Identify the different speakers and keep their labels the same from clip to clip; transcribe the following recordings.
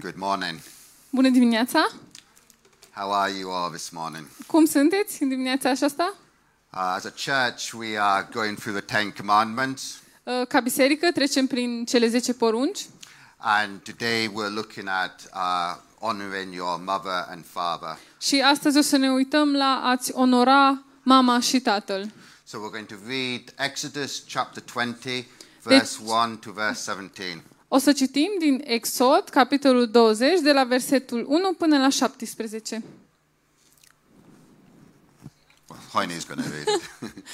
Speaker 1: Good morning.
Speaker 2: Bună dimineața!
Speaker 1: How are you all this morning?
Speaker 2: Cum sunteți în dimineața aceasta?
Speaker 1: Uh, as a church, we are going through the Ten Commandments,
Speaker 2: Uh, Ca biserică trecem prin cele 10 porunci
Speaker 1: and today we're looking at uh, honoring your mother and father.
Speaker 2: și astăzi o să ne uităm la a-ți onora mama și tatăl.
Speaker 1: So we're going to read Exodus chapter 20, verse 1 to verse 17.
Speaker 2: O să citim din Exod, capitolul 20, de la versetul 1 până la 17.
Speaker 1: Well, Heine's going to read it.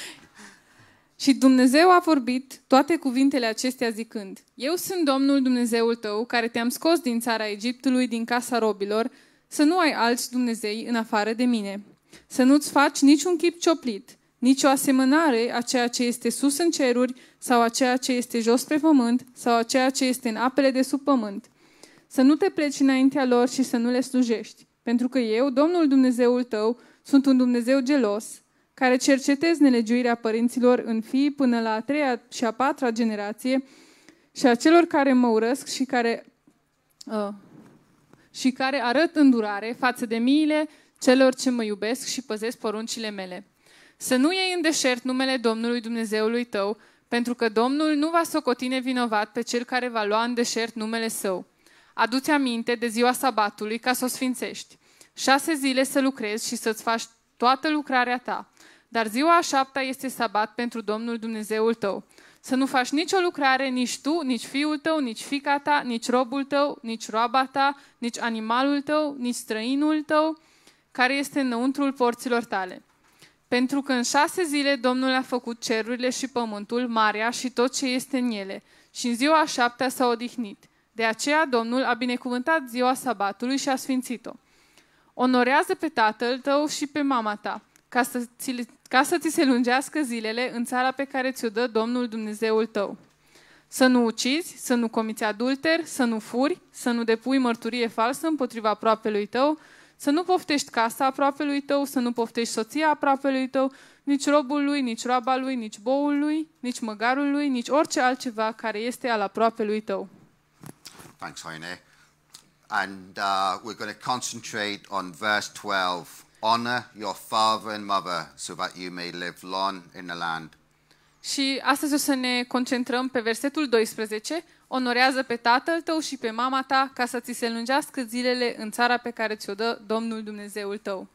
Speaker 2: Și Dumnezeu a vorbit toate cuvintele acestea zicând, Eu sunt Domnul Dumnezeul tău, care te-am scos din țara Egiptului, din casa robilor, să nu ai alți Dumnezei în afară de mine. Să nu-ți faci niciun chip cioplit, nicio asemănare a ceea ce este sus în ceruri, sau a ceea ce este jos pe pământ, sau a ceea ce este în apele de sub pământ. Să nu te pleci înaintea lor și să nu le slujești, pentru că eu, Domnul Dumnezeul tău, sunt un Dumnezeu gelos, care cercetez nelegiuirea părinților în fii până la a treia și a patra generație și a celor care mă urăsc și care, uh, și care arăt îndurare față de miile celor ce mă iubesc și păzesc poruncile mele. Să nu iei în deșert numele Domnului Dumnezeului tău, pentru că Domnul nu va socoti nevinovat pe cel care va lua în deșert numele său. Adu-ți aminte de ziua sabatului ca să o sfințești. Șase zile să lucrezi și să-ți faci toată lucrarea ta. Dar ziua a șaptea este sabat pentru Domnul Dumnezeul tău. Să nu faci nicio lucrare, nici tu, nici fiul tău, nici fica ta, nici robul tău, nici roaba ta, nici animalul tău, nici străinul tău, care este înăuntrul porților tale. Pentru că în șase zile Domnul a făcut cerurile și pământul, marea și tot ce este în ele, și în ziua a șaptea s-a odihnit. De aceea Domnul a binecuvântat ziua sabatului și a sfințit-o. Onorează pe tatăl tău și pe mama ta, ca să, ți, le- ca să ți se lungească zilele în țara pe care ți-o dă Domnul Dumnezeul tău. Să nu ucizi, să nu comiți adulter, să nu furi, să nu depui mărturie falsă împotriva aproapelui tău, să nu poftești casa aproapelui tău, să nu poftești soția aproapelui tău, nici robul lui, nici roaba lui, nici boul lui, nici măgarul lui, nici orice altceva care este al aproapelui tău.
Speaker 1: Thanks, Heine. And uh, we're going to concentrate on verse 12. Honor your father and mother so that you may live long in the land.
Speaker 2: Și astăzi o să ne concentrăm pe versetul 12. Onorează pe tatăl tău și pe mama ta ca să ți se lungească zilele în țara pe care ți-o dă Domnul Dumnezeul tău.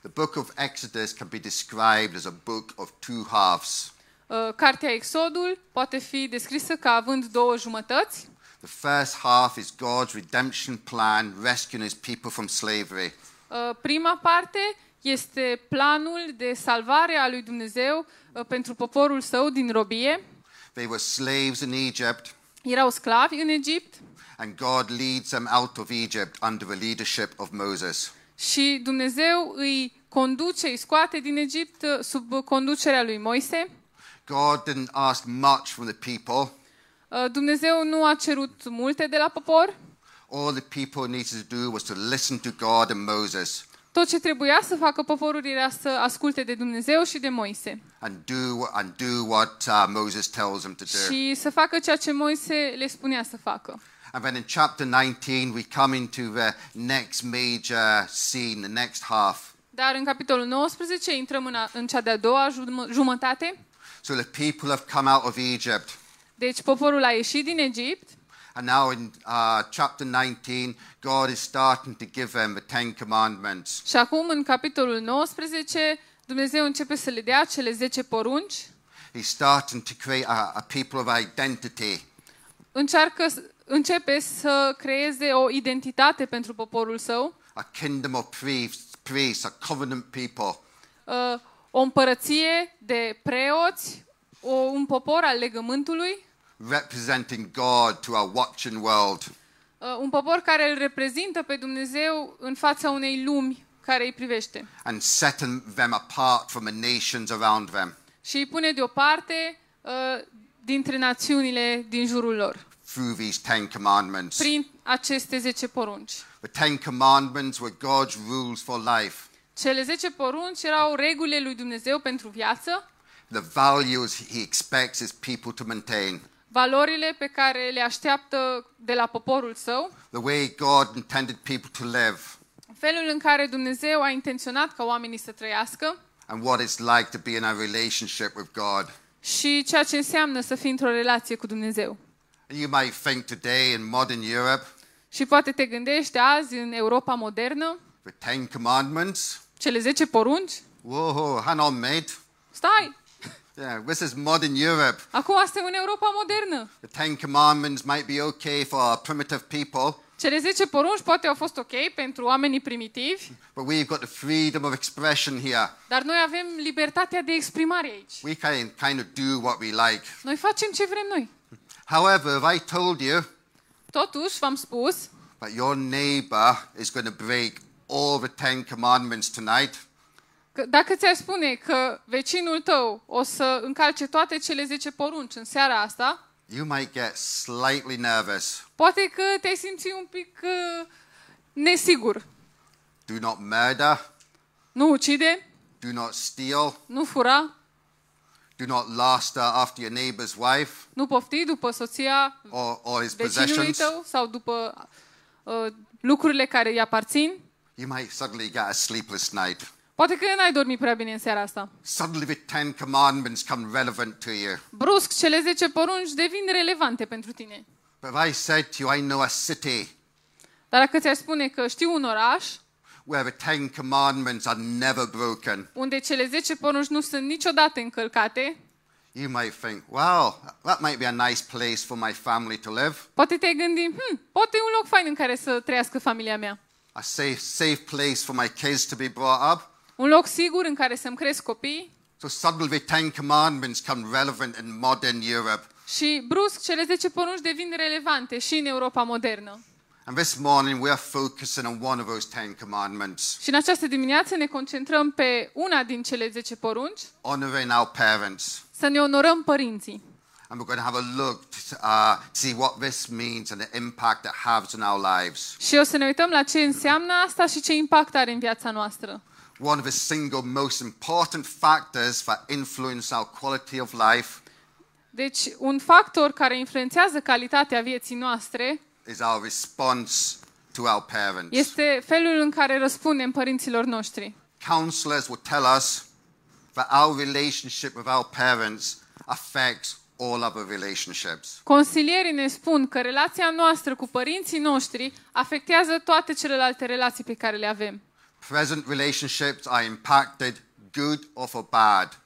Speaker 1: The book of Exodus can be described as a book of two halves.
Speaker 2: Uh, Cartea Exodul poate fi descrisă ca având două jumătăți.
Speaker 1: The first half is God's redemption plan, rescuing his people from slavery.
Speaker 2: Uh, Prima parte este planul de salvare a lui Dumnezeu uh, pentru poporul său din robie.
Speaker 1: They were slaves in Egypt,
Speaker 2: Erau sclavi în Egipt
Speaker 1: and God leads them out of Egypt under the leadership of Moses.
Speaker 2: și Dumnezeu îi conduce, îi scoate din Egipt uh, sub conducerea lui Moise.
Speaker 1: God didn't ask much from the people.
Speaker 2: Uh, Dumnezeu nu a cerut multe de la popor.
Speaker 1: All the people needed to do was to listen to God and Moses
Speaker 2: Tot ce trebuia să facă poporul era să asculte de Dumnezeu și de Moise
Speaker 1: and do and do what uh, Moses tells them to do.
Speaker 2: și să facă ceea ce Moise le spunea să facă.
Speaker 1: And then in chapter 19, we come into the next major scene, the next half.
Speaker 2: Dar în capitolul 19 intrăm în, a, în cea de-a doua jum- jumătate.
Speaker 1: So the people have come out of Egypt.
Speaker 2: Deci poporul a ieșit din Egipt
Speaker 1: And now in uh, chapter 19, God is starting to give them the Ten Commandments.
Speaker 2: și acum în capitolul 19 Dumnezeu începe să le dea cele 10 porunci,
Speaker 1: He's starting to create a, a people of identity.
Speaker 2: încearcă, s- începe să creeze o identitate pentru poporul său,
Speaker 1: a kingdom of priests, priests, a covenant people.
Speaker 2: uh, o împărăție de preoți, o, un popor al legământului,
Speaker 1: representing God to our watching world.
Speaker 2: uh, un popor care îl reprezintă pe Dumnezeu în fața unei lumi care îi privește.
Speaker 1: and setting them apart from the nations around them
Speaker 2: și îi pune deoparte uh, dintre națiunile din jurul lor,
Speaker 1: through these Ten Commandments.
Speaker 2: prin aceste 10 porunci.
Speaker 1: The Ten Commandments were God's rules for life,
Speaker 2: Cele 10 porunci erau regulile lui Dumnezeu pentru viață,
Speaker 1: the values He expects His people to maintain.
Speaker 2: valorile pe care le așteaptă de la poporul său,
Speaker 1: the way God intended people to live,
Speaker 2: felul în care Dumnezeu a intenționat ca oamenii să trăiască
Speaker 1: and what it's like to be in a relationship with God.
Speaker 2: și ceea ce înseamnă să fii într-o relație cu Dumnezeu.
Speaker 1: And you might think today in modern Europe,
Speaker 2: Și poate te gândești azi în Europa modernă,
Speaker 1: the Ten Commandments,
Speaker 2: cele 10 porunci,
Speaker 1: whoa, hang on, mate.
Speaker 2: stai,
Speaker 1: Yeah, this is modern Europe.
Speaker 2: acum suntem în Europa modernă.
Speaker 1: The Ten Commandments might be okay for our primitive people,
Speaker 2: Cele 10 porunci poate au fost ok pentru oamenii primitivi,
Speaker 1: but we've got the freedom of expression here.
Speaker 2: dar noi avem libertatea de exprimare aici.
Speaker 1: We can kind of do what we like.
Speaker 2: Noi facem ce vrem noi.
Speaker 1: However, if I told you
Speaker 2: Totuși, v-am spus
Speaker 1: that your neighbor is going to break all the Ten Commandments tonight,
Speaker 2: că dacă ți-aș spune că vecinul tău o să încalce toate cele 10 porunci în seara asta,
Speaker 1: you might get slightly nervous.
Speaker 2: poate că te-ai simți un pic uh, nesigur.
Speaker 1: Do not murder,
Speaker 2: Nu ucide,
Speaker 1: do not steal,
Speaker 2: nu fura,
Speaker 1: do not laster after your neighbor's wife
Speaker 2: nu pofti după soția
Speaker 1: or, or his
Speaker 2: vecinului
Speaker 1: possessions.
Speaker 2: tău sau după uh, lucrurile care îi aparțin.
Speaker 1: You might suddenly get a sleepless night.
Speaker 2: Poate că n-ai dormit prea bine în seara asta.
Speaker 1: Suddenly the Ten Commandments come relevant to you.
Speaker 2: Brusc, cele 10 porunci devin relevante pentru tine.
Speaker 1: But if I said to you, I know a city
Speaker 2: Dar dacă ți-aș spune că știu un oraș
Speaker 1: where the Ten Commandments are never broken,
Speaker 2: unde cele 10 porunci nu sunt niciodată încălcate,
Speaker 1: you might think, wow, that might be a nice place for my family to live,
Speaker 2: poate te-ai gândit, hm, poate e un loc fain în care să trăiască familia mea.
Speaker 1: a safe, safe place for my kids to be brought up.
Speaker 2: Un loc sigur în care să-mi cresc copii
Speaker 1: So suddenly the Ten Commandments come relevant in modern Europe.
Speaker 2: și brusc cele 10 porunci devin relevante și în Europa modernă.
Speaker 1: And this morning we are focusing on one of those Ten Commandments,
Speaker 2: Și în această dimineață ne concentrăm pe una din cele 10 porunci,
Speaker 1: honoring our parents.
Speaker 2: să ne onorăm părinții.
Speaker 1: And we're going to have a look to uh, see what this means and the impact it has on our lives.
Speaker 2: Și o să ne uităm la ce înseamnă asta și ce impact are în viața noastră.
Speaker 1: One of the single most important factors that influence our quality of life
Speaker 2: Deci, un factor care influențează calitatea vieții noastre
Speaker 1: is our response to our parents.
Speaker 2: este felul în care răspundem părinților noștri.
Speaker 1: Counselors will tell us that our relationship with our parents affects all other relationships.
Speaker 2: Consilierii ne spun că relația noastră cu părinții noștri afectează toate celelalte relații pe care le avem.
Speaker 1: Present relationships are impacted, good or for bad,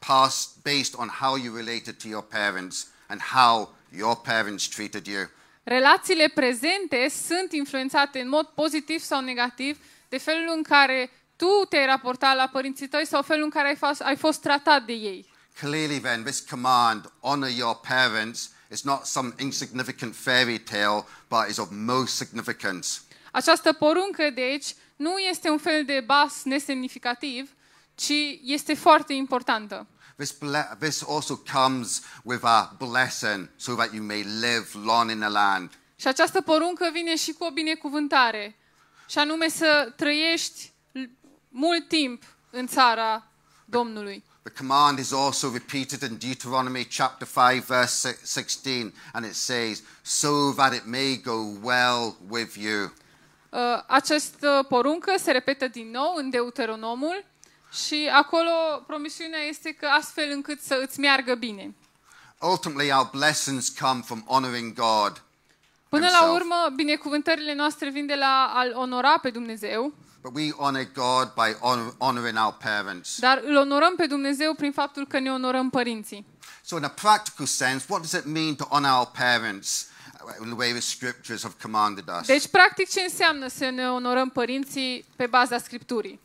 Speaker 1: past based on how you related to your parents and how your parents treated you.
Speaker 2: Relațiile prezente sunt influențate în mod pozitiv sau negativ de felul în care tu te-ai raportat la părinții tăi sau felul în care ai, fas- ai fost tratat de ei.
Speaker 1: Clearly, then, this command, honor your parents, is not some insignificant fairy tale, but is of most significance.
Speaker 2: Această poruncă, deci, nu este un fel de bas nesemnificativ, ci este foarte importantă.
Speaker 1: This, ble- this also comes with a blessing so that you may live long in the land.
Speaker 2: Și această poruncă vine și cu o binecuvântare, și anume să trăiești l- mult timp în țara Domnului.
Speaker 1: The command is also repeated in Deuteronomy chapter 5, verse si- 16, and it says, So that it may go well with you.
Speaker 2: Uh, Această poruncă se repetă din nou în Deuteronomul și acolo promisiunea este că astfel încât să îți meargă bine.
Speaker 1: Ultimately, our blessings come from honoring God,
Speaker 2: Până la
Speaker 1: Himself.
Speaker 2: urmă, binecuvântările noastre vin de la a-L onora pe Dumnezeu,
Speaker 1: but we honor God by honor- honoring our parents.
Speaker 2: dar îl onorăm pe Dumnezeu prin faptul că ne onorăm părinții.
Speaker 1: So, in a practical sense, what does it mean to honor our parents uh, in the way the scriptures have commanded us?
Speaker 2: Deci, practic, ce înseamnă să ne onorăm părinții pe baza Scripturii?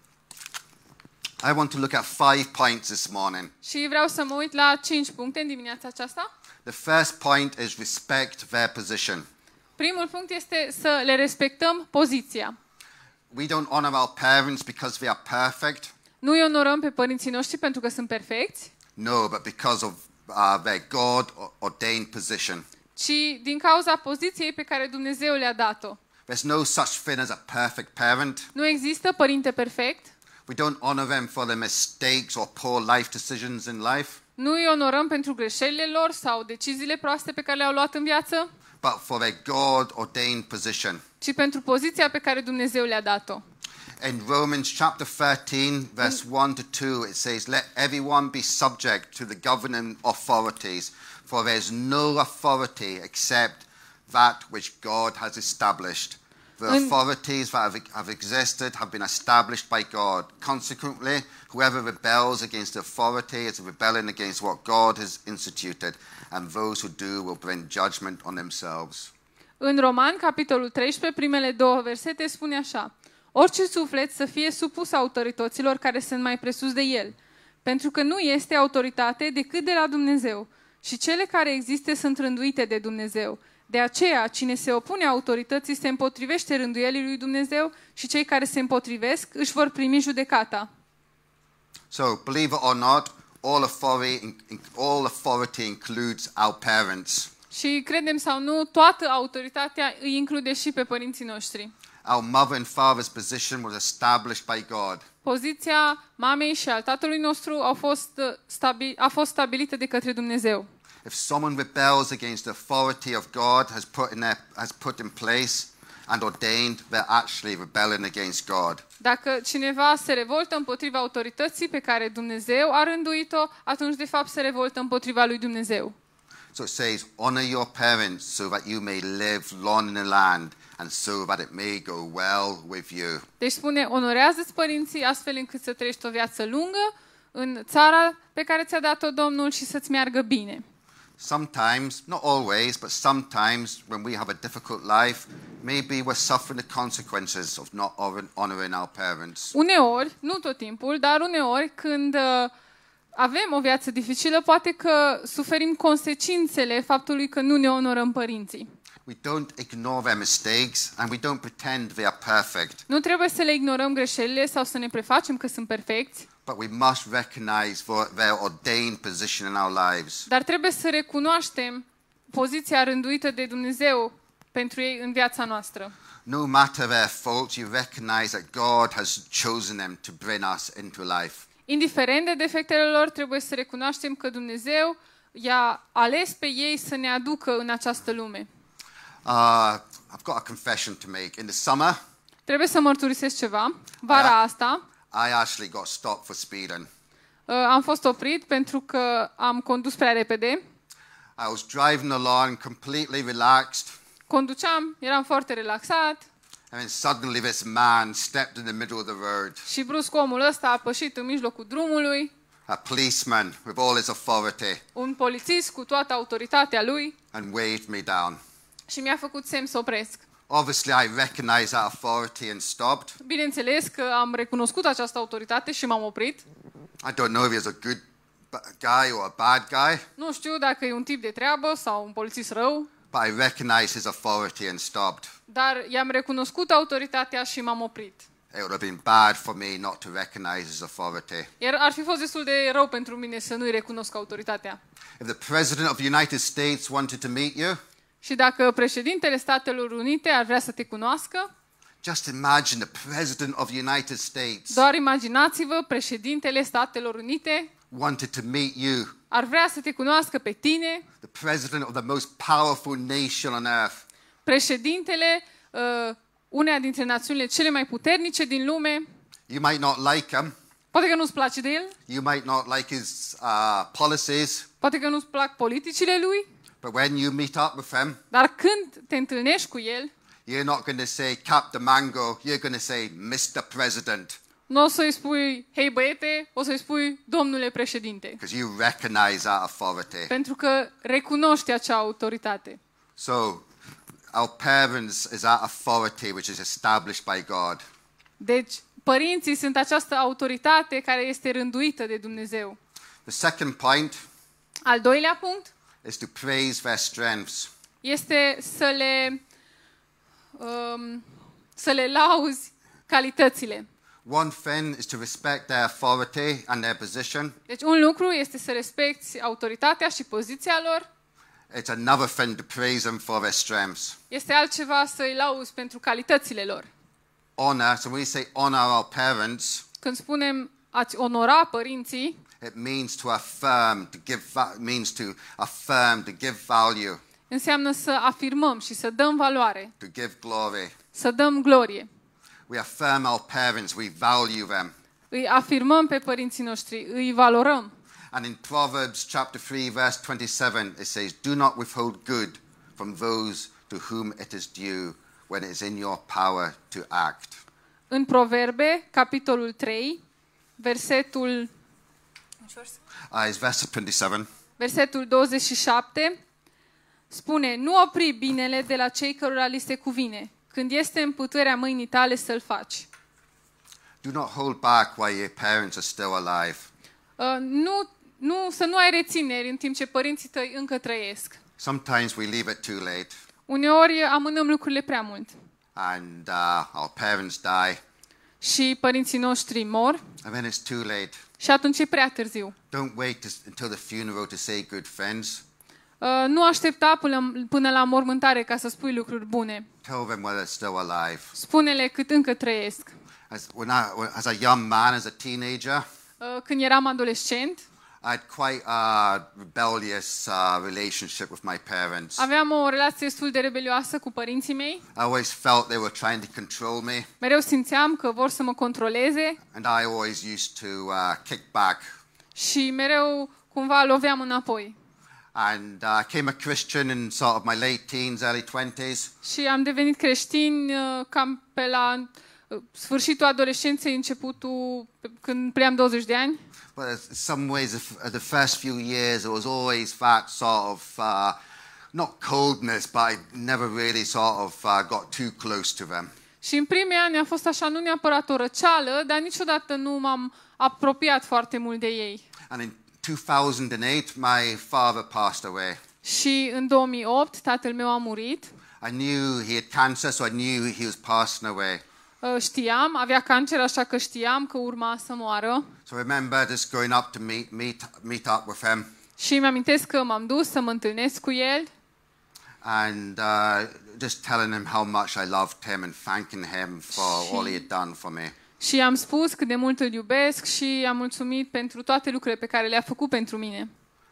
Speaker 1: I want to look at five points this morning.
Speaker 2: Și vreau să mă uit la 5 puncte în dimineața aceasta.
Speaker 1: The first point is respect their position.
Speaker 2: Primul punct este să le respectăm poziția.
Speaker 1: We don't honor our parents because they are perfect,
Speaker 2: Nu îi onorăm pe părinții noștri pentru că sunt perfecți,
Speaker 1: no, but because of uh, their God ordained position.
Speaker 2: ci din cauza poziției pe care Dumnezeu le-a dat-o.
Speaker 1: There's no such thing as a perfect parent.
Speaker 2: Nu există părinte perfect,
Speaker 1: We don't honor them for their mistakes or poor life decisions in life.
Speaker 2: Nu îi onorăm pentru greșelile lor sau deciziile proaste pe care le-au luat în viață,
Speaker 1: but for their God ordained position.
Speaker 2: ci pentru poziția pe care Dumnezeu le-a dat-o.
Speaker 1: In Romans chapter 13, verse 1 to 2, it says, Let everyone be subject to the governing authorities, for there is no authority except that which God has established. The
Speaker 2: În-
Speaker 1: authorities that have, have existed have been established by God. Consequently, whoever rebels against the authority is rebelling against what God has instituted, and those who do will bring judgment on themselves.
Speaker 2: În Roman, capitolul 13, primele două versete spune așa. Orice suflet să fie supus autorităților care sunt mai presus de el, pentru că nu este autoritate decât de la Dumnezeu și cele care există sunt rânduite de Dumnezeu. De aceea, cine se opune autorității se împotrivește rânduielii lui Dumnezeu și cei care se împotrivesc își vor primi judecata.
Speaker 1: So, believe it or not, all authority, all authority includes our parents.
Speaker 2: Și credem sau nu, toată autoritatea îi include și pe părinții noștri.
Speaker 1: Our mother and father's position was established by God.
Speaker 2: Poziția mamei și al tatălui nostru au fost uh, stabi- a fost stabilită de către Dumnezeu.
Speaker 1: If someone rebels against the authority of God has put in, their, has put in place and ordained, they're actually rebelling against God.
Speaker 2: Dacă cineva se revoltă împotriva autorității pe care Dumnezeu a rânduit-o, atunci de fapt se revoltă împotriva lui Dumnezeu.
Speaker 1: So it says, honor your parents so that you may live long in the land and so that it may go well with you.
Speaker 2: Deci spune, onorează-ți părinții astfel încât să trăiești o viață lungă în țara pe care ți-a dat-o Domnul și să-ți meargă bine.
Speaker 1: Sometimes, not always, but sometimes when we have a difficult life, maybe we're suffering the consequences of not honoring our parents.
Speaker 2: Uneori, nu tot timpul, dar uneori când uh, avem o viață dificilă, poate că suferim consecințele faptului că nu ne onorăm părinții.
Speaker 1: We don't ignore their mistakes and we don't pretend they are perfect,
Speaker 2: Nu trebuie să le ignorăm greșelile sau să ne prefacem că sunt perfecți,
Speaker 1: but we must recognize for their ordained position in our lives.
Speaker 2: dar trebuie să recunoaștem poziția rânduită de Dumnezeu pentru ei în viața noastră.
Speaker 1: No matter their faults, you recognize that God has chosen them to bring us into life.
Speaker 2: Indiferent de defectele lor, trebuie să recunoaștem că Dumnezeu i-a ales pe ei să ne aducă în această lume.
Speaker 1: Uh, I've got a confession to make. In the summer,
Speaker 2: Trebuie să mărturisesc ceva. Vara asta,
Speaker 1: I actually got stopped for speeding.
Speaker 2: Uh, Am fost oprit pentru că am condus prea repede.
Speaker 1: I was driving along completely relaxed,
Speaker 2: Conduceam, eram foarte relaxat
Speaker 1: and then suddenly this man stepped in the middle of the road.
Speaker 2: și brusc omul ăsta a pășit în mijlocul drumului,
Speaker 1: A policeman with all his authority
Speaker 2: un polițist cu toată autoritatea lui
Speaker 1: and waved me down.
Speaker 2: și mi-a făcut semn să opresc.
Speaker 1: Obviously, I recognized that authority and stopped.
Speaker 2: Bineînțeles că am recunoscut această autoritate și m-am oprit.
Speaker 1: I don't know if he was a good b- guy or a bad guy,
Speaker 2: Nu știu dacă e un tip de treabă sau un polițist rău,
Speaker 1: but I recognized his authority and stopped.
Speaker 2: dar i-am recunoscut autoritatea și m-am oprit.
Speaker 1: It would have been bad for me not to recognize his authority.
Speaker 2: Iar ar fi fost destul de rău pentru mine să nu-i recunosc autoritatea.
Speaker 1: If the President of the United States wanted to meet you,
Speaker 2: Și dacă președintele Statelor Unite ar vrea să te cunoască,
Speaker 1: just imagine the President of the United States
Speaker 2: Doar imaginați-vă, președintele Statelor Unite
Speaker 1: wanted to meet you
Speaker 2: ar vrea să te cunoască pe tine,
Speaker 1: the president of the most powerful nation on earth,
Speaker 2: președintele uh, uneia dintre națiunile cele mai puternice din lume.
Speaker 1: you might not like him.
Speaker 2: Poate că nu-ți place de el,
Speaker 1: You might not like his uh, policies.
Speaker 2: poate că nu-ți plac politicile lui,
Speaker 1: But when you meet up with him,
Speaker 2: dar când te întâlnești cu el,
Speaker 1: you're not going to say Captain Mango. You're going to say Mr. President
Speaker 2: nu o să-i spui, hei băiete, o să-i spui, domnule președinte,
Speaker 1: because you recognize that authority.
Speaker 2: pentru că recunoști acea autoritate.
Speaker 1: So, our parents is that authority which is established by God.
Speaker 2: Deci, părinții sunt această autoritate care este rânduită de Dumnezeu.
Speaker 1: The second point
Speaker 2: Al doilea punct,
Speaker 1: is to praise their strengths.
Speaker 2: este să le um, să le lauzi calitățile.
Speaker 1: One thing is to respect their authority and their position.
Speaker 2: Deci un lucru este să respecti autoritatea și poziția lor,
Speaker 1: It's another thing to praise them for their strengths.
Speaker 2: este altceva să îi lauzi pentru calitățile lor.
Speaker 1: honor. So when we say honor our parents,
Speaker 2: Când spunem ați onora părinții,
Speaker 1: It means to affirm, to give, va- means to affirm, to give value,
Speaker 2: Înseamnă să afirmăm și să dăm valoare,
Speaker 1: to give glory.
Speaker 2: să dăm glorie.
Speaker 1: We affirm our parents, we value them.
Speaker 2: Îi afirmăm pe părinții noștri, îi valorăm.
Speaker 1: And in Proverbs chapter 3, verse 27, it says, Do not withhold good from those to whom it is due when it is in your power to act.
Speaker 2: În Proverbe, capitolul 3, versetul
Speaker 1: Uh, it's verse 27.
Speaker 2: Versetul 27 spune, nu opri binele de la cei cărora li se cuvine, când este în puterea mâinii tale să-l faci.
Speaker 1: Do not hold back while your parents are still alive.
Speaker 2: Uh, nu, nu, să nu ai rețineri în timp ce părinții tăi încă trăiesc.
Speaker 1: Sometimes we leave it too late
Speaker 2: Uneori amânăm lucrurile prea mult
Speaker 1: and uh, our parents die,
Speaker 2: și părinții noștri mor
Speaker 1: and then it's too late.
Speaker 2: și atunci e prea târziu.
Speaker 1: Don't wait to, until the funeral to say good friends.
Speaker 2: Uh, nu aștepta până, până la mormântare ca să spui lucruri bune.
Speaker 1: Tell them while they're still alive.
Speaker 2: Spune-le cât încă trăiesc.
Speaker 1: As, when I, when- as a young man, as a teenager,
Speaker 2: Uh, Când eram adolescent,
Speaker 1: I had quite a rebellious uh, relationship with my parents.
Speaker 2: aveam o relație destul de rebelioasă cu părinții mei.
Speaker 1: I always felt they were trying to control me,
Speaker 2: Mereu simțeam că vor să mă controleze
Speaker 1: and I always used to uh, kick back.
Speaker 2: și mereu cumva loveam înapoi.
Speaker 1: And uh, I became a Christian in sort of my late teens, early 20s.
Speaker 2: Și am devenit creștin uh, cam pe la uh, sfârșitul adolescenței, începutul pe- când pream 20 de ani.
Speaker 1: But in some ways, the f- uh, the first few years, it was always that sort of, uh, not coldness, but I never really sort of uh, got too close to them.
Speaker 2: Și în primii ani a fost așa, nu neapărat o răceală, dar niciodată nu m-am apropiat foarte mult de ei.
Speaker 1: And in 2008, my father passed away.
Speaker 2: Și în 2008 tatăl meu a murit.
Speaker 1: I knew he had cancer, so I knew he was passing away.
Speaker 2: Uh, Știam, avea cancer, așa că știam că urma să moară.
Speaker 1: So I remember just going up to meet, meet, meet up with him
Speaker 2: Și mi-amintesc că m-am dus să mă întâlnesc cu el
Speaker 1: and uh, just telling him how much I loved him and thanking him for all he had done for me.
Speaker 2: Și am spus cât de mult îl iubesc și am mulțumit pentru toate lucrurile pe care le-a făcut pentru mine.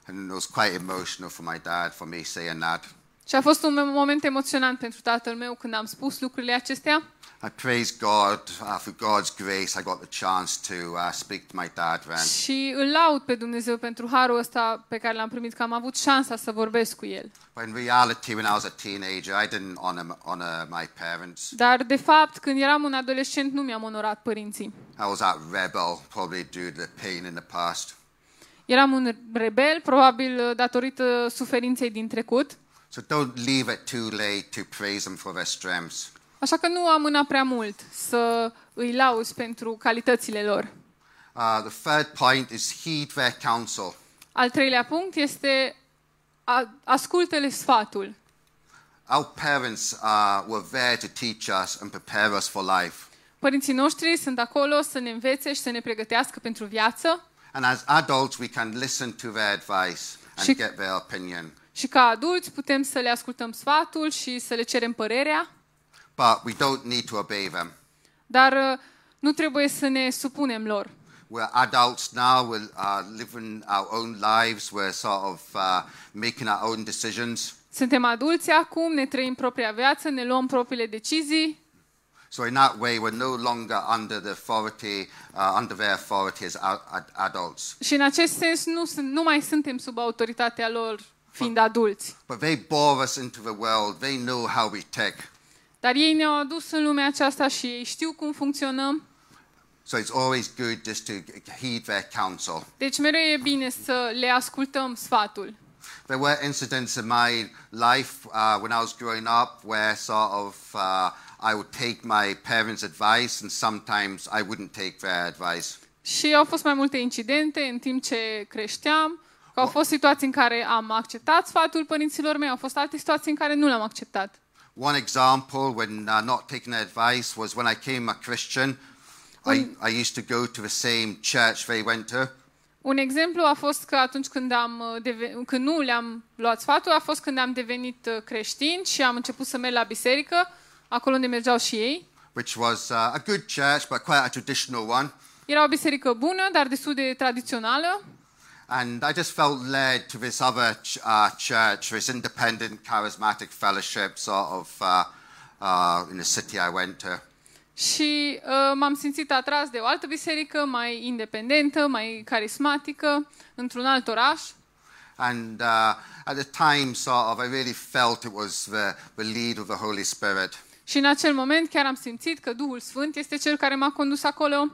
Speaker 1: And it was quite emotional for my dad, for me saying that.
Speaker 2: Și a fost un moment emoționant pentru tatăl meu când am spus lucrurile acestea
Speaker 1: I praise God uh, for God's grace. I got the chance to uh, speak to my dad then.
Speaker 2: și îl laud pe Dumnezeu pentru harul ăsta pe care l-am primit, că am avut șansa să vorbesc cu el.
Speaker 1: But in reality, when I was a teenager, I didn't honor, honor my parents.
Speaker 2: Dar, de fapt, când eram un adolescent, nu mi-am onorat părinții.
Speaker 1: I was that rebel, probably due to the pain in the past.
Speaker 2: Eram un rebel, probabil datorită suferinței din trecut,
Speaker 1: So don't leave it too late to praise them for their strengths.
Speaker 2: așa că nu amâna prea mult să îi lauzi pentru calitățile lor.
Speaker 1: Uh, the third point is heed their counsel.
Speaker 2: Al treilea punct este a- ascultă-le sfatul.
Speaker 1: Our parents uh, were there to teach us and prepare us for life.
Speaker 2: Părinții noștri sunt acolo să ne învețe și să ne pregătească pentru viață
Speaker 1: And as adults, we can listen to their advice and
Speaker 2: She-
Speaker 1: get their opinion.
Speaker 2: și ca adulți putem să le ascultăm sfatul și să le cerem părerea,
Speaker 1: But we don't need to obey them.
Speaker 2: dar uh, nu trebuie să ne supunem lor.
Speaker 1: We're adults now, we're uh, living our own lives, we're sort of uh, making our own decisions.
Speaker 2: Suntem adulți acum, ne trăim propria viață, ne luăm propriile decizii
Speaker 1: So, in that way, we're no longer under the authority, uh, under their authority as a- ad- adults.
Speaker 2: și în acest sens nu, sunt- nu mai suntem sub autoritatea lor fiind adulți.
Speaker 1: But they bore us into the world, they know how we tick.
Speaker 2: Dar ei ne-au adus în lumea aceasta și ei știu cum funcționăm
Speaker 1: So, it's always good just to heed their counsel.
Speaker 2: Deci mereu e bine să le ascultăm sfatul.
Speaker 1: There were incidents in my life uh, when I was growing up where sort of uh, I would take my parents' advice and sometimes I wouldn't take their advice.
Speaker 2: Și au fost mai multe incidente în timp ce creșteam, că au fost situații în care am acceptat sfatul părinților mei, au fost alte situații în care nu l-am acceptat.
Speaker 1: One example when uh, not taking their advice was when I came a Christian, I, I used to go to the same church they went to.
Speaker 2: Un exemplu a fost că atunci când, am uh, deve- când nu le-am luat sfatul, a fost când am devenit uh, creștin și am început să merg la biserică, acolo unde mergeau și ei.
Speaker 1: Which was uh, a good church, but quite a traditional one.
Speaker 2: Era o biserică bună, dar destul de tradițională
Speaker 1: And I just felt led to this other ch- uh, church, this independent charismatic fellowship sort of uh, uh, in the city I went to.
Speaker 2: Și uh, m-am simțit atras de o altă biserică mai independentă, mai carismatică, într-un alt oraș.
Speaker 1: And uh, at the time, sort of, I really felt it was the, the lead of the Holy Spirit.
Speaker 2: Și în acel moment chiar am simțit că Duhul Sfânt este cel care m-a condus acolo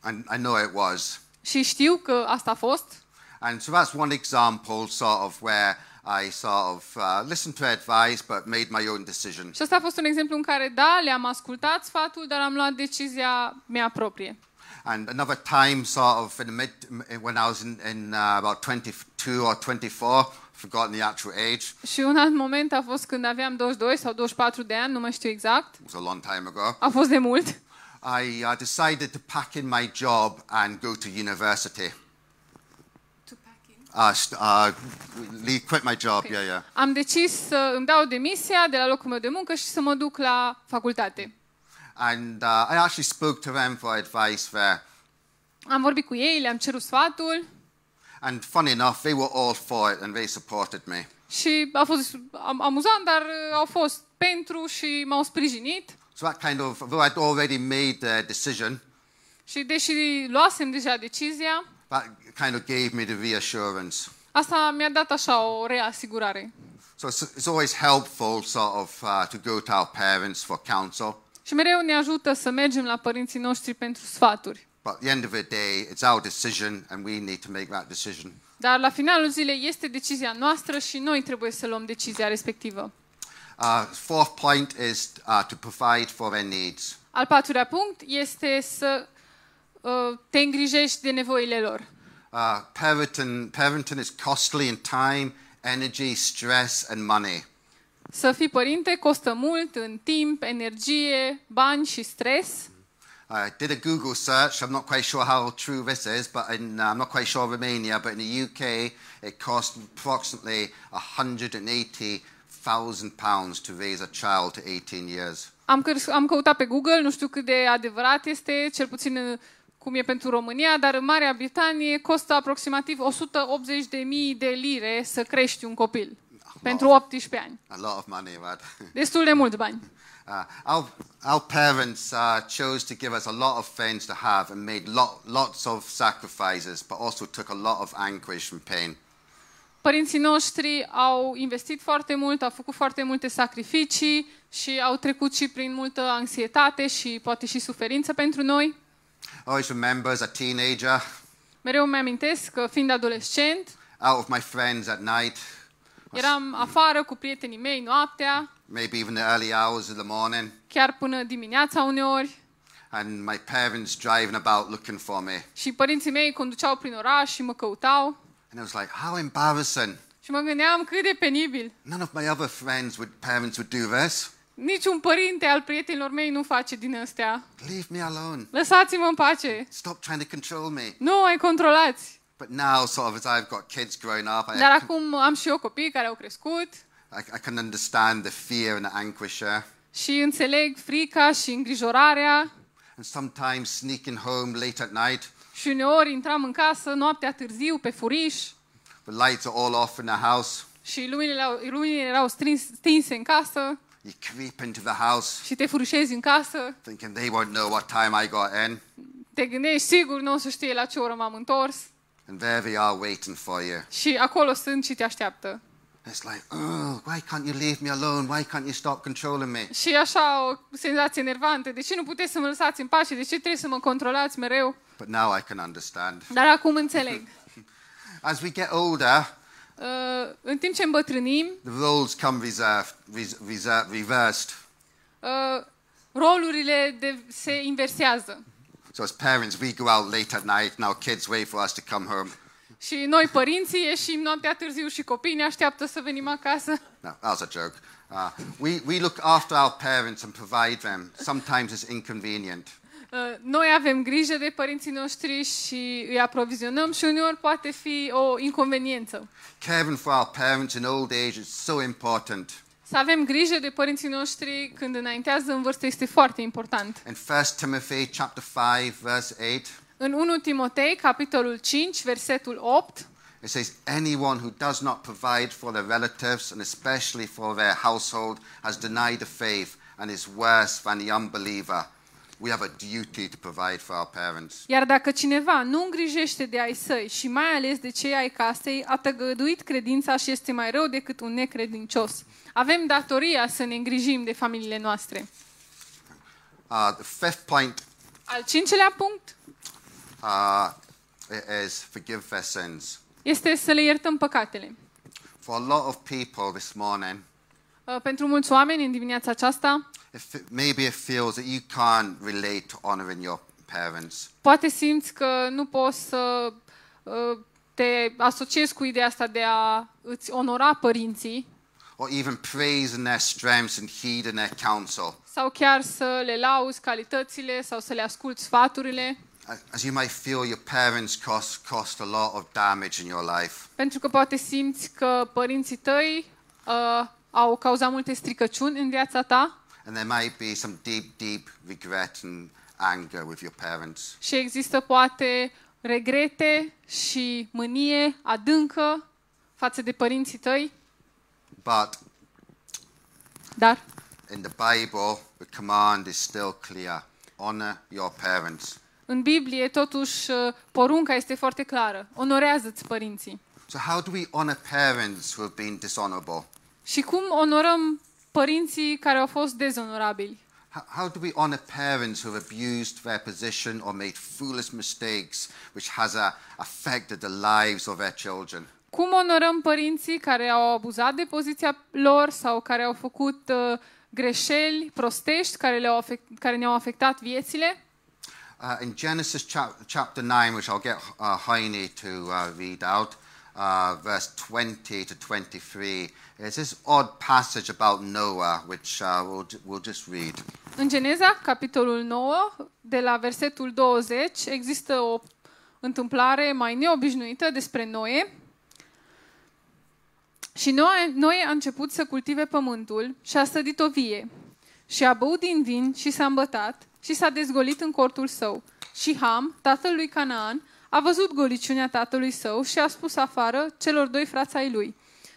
Speaker 1: And I know it was.
Speaker 2: și știu că asta a fost.
Speaker 1: And so that's one example, sort of, where I sort of uh, listened to advice but made my own decision.
Speaker 2: Și asta a fost un exemplu în care, da, le-am ascultat sfatul, dar am luat decizia mea proprie.
Speaker 1: And another time, sort of in the mid, eh, when I was in, in uh, about 22 or 24, forgotten the actual age,
Speaker 2: Și un alt moment a fost când aveam 22 sau 24 de ani, nu mai știu exact.
Speaker 1: it was a long time ago,
Speaker 2: A fost de mult.
Speaker 1: I uh, decided to pack in my job and go to university. Uh, st- uh, leave, quit my job, yeah, yeah.
Speaker 2: Am decis să îmi dau demisia de la locul meu de muncă și să mă duc la facultate.
Speaker 1: And uh, I actually spoke to them for advice there.
Speaker 2: Am vorbit cu ei, le-am cerut sfatul
Speaker 1: And funny enough, they were all for it and they supported me.
Speaker 2: și a fost am, amuzant, dar uh, au fost pentru și m-au sprijinit.
Speaker 1: So that kind of, although I'd already made the decision,
Speaker 2: Și deși luasem deja decizia,
Speaker 1: that kind of gave me the reassurance.
Speaker 2: asta mi-a dat așa o reasigurare.
Speaker 1: So it's, it's always helpful, sort of, uh, to go to our parents for counsel.
Speaker 2: Și mereu ne ajută să mergem la părinții noștri pentru sfaturi.
Speaker 1: But at the end of the day, it's our decision, and we need to make that decision.
Speaker 2: Dar la finalul zilei este decizia noastră și noi trebuie să luăm decizia respectivă.
Speaker 1: Uh, fourth point is uh, to provide for their needs.
Speaker 2: Al patrulea punct este să uh, te îngrijești de nevoile lor.
Speaker 1: Uh, parenting, parenting is costly in time, energy, stress, and money.
Speaker 2: Să fii părinte costă mult în timp, energie, bani și stres.
Speaker 1: I did a Google search. I'm not quite sure how true this is, but in, uh, I'm not quite sure Romania, but in the UK, it costs approximately 180,000 pounds to raise a child to 18 years.
Speaker 2: Am, căr- am căutat pe Google, nu știu cât de adevărat este, cel puțin uh, cum e pentru România, dar în Marea Britanie costă aproximativ 180.000 de lire să crești un copil pentru 18 ani.
Speaker 1: A lot of money, right?
Speaker 2: Destul de mult bani.
Speaker 1: Uh, our, our parents uh, chose to give us a lot of things to have and made lot, lots of sacrifices, but also took a lot of anguish and pain.
Speaker 2: Părinții noștri au investit foarte mult, au făcut foarte multe sacrificii și au trecut și prin multă anxietate și poate și suferință pentru noi.
Speaker 1: I always remember as a teenager,
Speaker 2: Mereu îmi amintesc că fiind adolescent,
Speaker 1: out with my friends at night,
Speaker 2: eram afară cu prietenii mei noaptea,
Speaker 1: maybe even the early hours of the morning.
Speaker 2: chiar până dimineața uneori,
Speaker 1: and my parents driving about looking for me.
Speaker 2: și părinții mei conduceau prin oraș și mă căutau
Speaker 1: And I was like, how embarrassing.
Speaker 2: și mă gândeam cât de penibil.
Speaker 1: None of my other friends would parents would do this.
Speaker 2: Niciun părinte al prietenilor mei nu face din astea.
Speaker 1: Leave me alone.
Speaker 2: Lăsați-mă în pace.
Speaker 1: Stop trying to control me.
Speaker 2: Nu ai controlați.
Speaker 1: But now, sort of, as I've got kids growing up, I,
Speaker 2: Dar acum am și eu copii care au crescut.
Speaker 1: I, I can understand the fear and the anguish there.
Speaker 2: Și înțeleg frica și îngrijorarea
Speaker 1: And sometimes sneaking home late at night,
Speaker 2: și uneori intram în casă noaptea târziu pe furiș
Speaker 1: the lights are all off in the house.
Speaker 2: și luminile, au- luminile erau strins, stinse în casă
Speaker 1: You creep into the house
Speaker 2: și te furișezi în casă,
Speaker 1: thinking they won't know what time I got in.
Speaker 2: te gândești sigur nu o să știe la ce oră m-am întors
Speaker 1: And there they are waiting for you.
Speaker 2: și acolo sunt și te așteaptă.
Speaker 1: It's like, oh, why can't you leave me alone? Why can't you stop controlling me?
Speaker 2: Și e așa o senzație nervantă, de ce nu puteți să mă lăsați în pace, de ce trebuie să mă controlați mereu?
Speaker 1: But now I can understand.
Speaker 2: Dar acum înțeleg.
Speaker 1: As we get older,
Speaker 2: Uh, În timp ce îmbătrânim,
Speaker 1: the roles come reserved, res, reser- reversed.
Speaker 2: uh, rolurile de, se inversează.
Speaker 1: So as parents, we go out late at night, and our kids wait for us to come home.
Speaker 2: Și noi, părinții, ieșim noaptea târziu și copiii ne așteaptă să venim acasă.
Speaker 1: No, that was a joke. Uh, we, we look after our parents and provide them. Sometimes it's inconvenient.
Speaker 2: Uh, Noi avem grijă de părinții noștri și îi aprovizionăm și uneori poate fi o inconveniență.
Speaker 1: Caring for our parents in old age is so important.
Speaker 2: Să avem grijă de părinții noștri când înaintează în vârstă este foarte important.
Speaker 1: In 1 Timothy chapter 5, verse 8,
Speaker 2: În 1 Timotei, capitolul 5, versetul 8,
Speaker 1: it It says, Anyone who does not provide for their relatives and especially for their household has denied the faith and is worse than the unbeliever. We have a duty to provide for our parents.
Speaker 2: Iar dacă cineva nu îngrijește de ai săi și mai ales de cei ai casei, a tăgăduit credința și este mai rău decât un necredincios. Avem datoria să ne îngrijim de familiile noastre.
Speaker 1: Uh, the fifth point
Speaker 2: Al cincelea punct
Speaker 1: uh, it is forgive their sins.
Speaker 2: este să le iertăm păcatele.
Speaker 1: For a lot of people this morning,
Speaker 2: Uh, Pentru mulți oameni în dimineața aceasta,
Speaker 1: if it, maybe it feels that you can't relate to honoring your parents.
Speaker 2: poate simți că nu poți să uh, te asociezi cu ideea asta de a îți onora părinții
Speaker 1: or even praise in their strengths and heed in their counsel.
Speaker 2: sau chiar să le lauzi calitățile sau să le asculți sfaturile,
Speaker 1: As you might feel, your parents cost, cost a lot of damage in your life.
Speaker 2: pentru că poate simți că părinții tăi uh, au cauzat multe stricăciuni în viața ta
Speaker 1: And there might be some deep, deep regret and anger with your parents.
Speaker 2: și există poate regrete și mânie adâncă față de părinții tăi,
Speaker 1: But
Speaker 2: dar
Speaker 1: in the Bible, the command is still clear honor your parents.
Speaker 2: în Biblie totuși uh, porunca este foarte clară. Onorează-ți părinții.
Speaker 1: So, how do we honor parents who have been dishonorable?
Speaker 2: Și cum onorăm părinții care au fost dezonorabili?
Speaker 1: How- How do we honor parents who have abused their position or made foolish mistakes, which has uh, affected the lives of their children?
Speaker 2: Cum onorăm părinții care au abuzat de poziția lor sau care au făcut uh, greșeli prostești care, le-au afect- care ne-au afectat viețile?
Speaker 1: Uh, in Genesis chap- chapter 9, which I'll get uh, Heine to uh, read out, uh, verse 20 to 23, is this odd passage about Noah, which uh, we'll, ju- we'll just read.
Speaker 2: În Geneza, capitolul 9, de la versetul 20, există o întâmplare mai neobișnuită despre Noe. Și Noe, Noe a început să cultive pământul și a sădit o vie. Și a băut din vin și s-a îmbătat și s-a dezgolit în cortul său. Și Ham, tatăl lui Canaan, a văzut goliciunea tatălui său și a spus afară celor doi frați ai lui.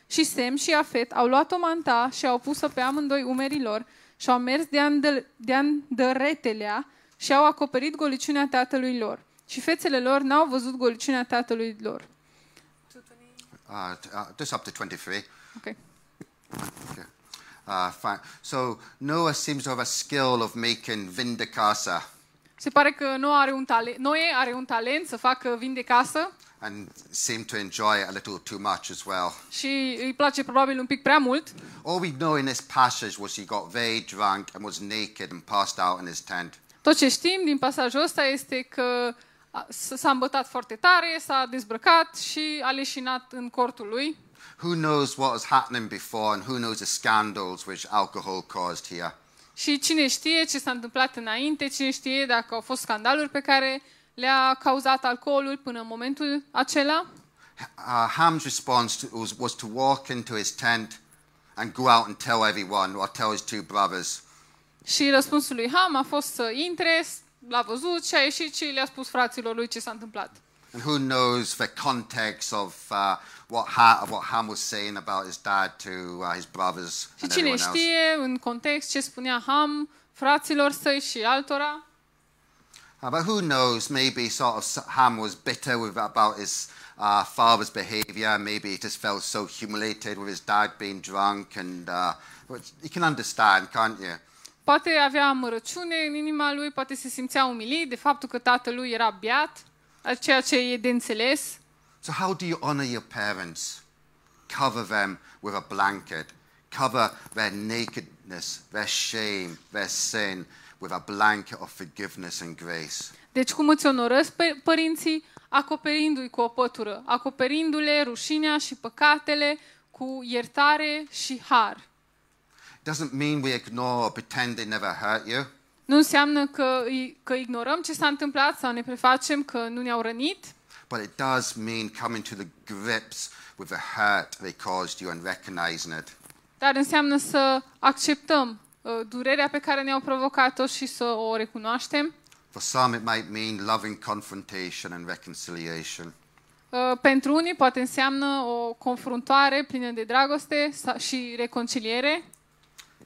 Speaker 2: Și Sem și Afet au luat o manta și au pus-o pe amândoi umerii lor și au mers de-a îndă- de-a îndăretelea și au acoperit goliciunea tatălui lor. Și fețele lor n-au văzut goliciunea tatălui lor.
Speaker 1: Uh, t- uh, just up to 23.
Speaker 2: Okay.
Speaker 1: Okay. Uh, fine. So Noah seems to have a skill of making vindicasa,
Speaker 2: Se pare că Noe are un, tale- Noe are un talent să facă vin de casă
Speaker 1: and seemed to enjoy it a little too much as well.
Speaker 2: și îi place probabil un pic prea mult.
Speaker 1: All we know in this passage was he got very drunk and was naked and passed out in his tent.
Speaker 2: Tot ce știm din pasajul ăsta este că a- s- s-a îmbătat foarte tare, s-a dezbrăcat și a leșinat în cortul lui.
Speaker 1: Who knows what was happening before and who knows the scandals which alcohol caused here?
Speaker 2: Și cine știe ce s-a întâmplat înainte, cine știe dacă au fost scandaluri pe care le-a cauzat alcoolul până în momentul acela.
Speaker 1: Uh, Ham's response to, was, was to walk into his tent and go out and tell everyone, or tell his two brothers.
Speaker 2: Și răspunsul lui Ham a fost să intre, s- l-a văzut și a ieșit și le-a spus fraților lui ce s-a întâmplat.
Speaker 1: And who knows the context of uh, what, ha- of what Ham was saying about his dad to uh, his brothers
Speaker 2: Și
Speaker 1: and
Speaker 2: cine
Speaker 1: everyone else.
Speaker 2: știe în context ce spunea Ham fraților săi și altora.
Speaker 1: Uh, but who knows? Maybe sort of s- Ham was bitter with, about his uh, father's behaviour. Maybe he just felt so humiliated with his dad being drunk, and uh, which you can understand, can't you?
Speaker 2: Poate avea amărăciune în inima lui, poate se simțea umilit de faptul că tatălui era beat, ceea ce e de înțeles.
Speaker 1: So how do you honour your parents? Cover them with a blanket. Cover their nakedness, their shame, their sin with a blanket of forgiveness and grace.
Speaker 2: Deci cum îți onorăți pe părinții? Acoperindu-i cu o pătură, acoperindu-le rușinea și păcatele cu iertare și har.
Speaker 1: It doesn't mean we ignore or pretend they never hurt you.
Speaker 2: Nu înseamnă că, îi- că ignorăm ce s-a întâmplat sau ne prefacem că nu ne-au rănit,
Speaker 1: But it does mean coming to the grips with the hurt they caused you and recognizing it.
Speaker 2: dar înseamnă să acceptăm uh, durerea pe care ne-au provocat-o și să o recunoaștem.
Speaker 1: For some, it might mean loving confrontation and reconciliation.
Speaker 2: Uh, Pentru unii poate înseamnă o confruntare plină de dragoste sa- și reconciliere,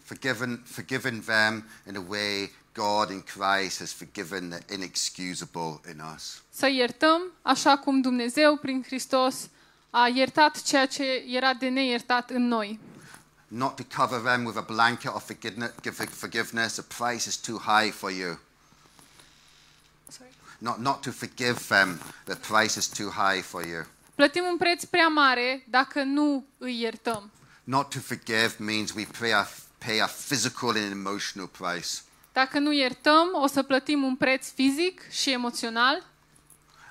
Speaker 1: forgiven, forgiven them in a way God in Christ has forgiven the inexcusable in us.
Speaker 2: să iertăm așa cum Dumnezeu prin Hristos a iertat ceea ce era de neiertat în noi.
Speaker 1: Not to cover them with a blanket of forgiveness, forgiveness, the price is too high for you. Not, not to forgive them, the price is too high for you.
Speaker 2: Plătim un preț prea mare dacă nu îi iertăm.
Speaker 1: Not to forgive means we pay a, pay a physical and emotional price.
Speaker 2: Dacă nu iertăm, o să plătim un preț fizic și emoțional.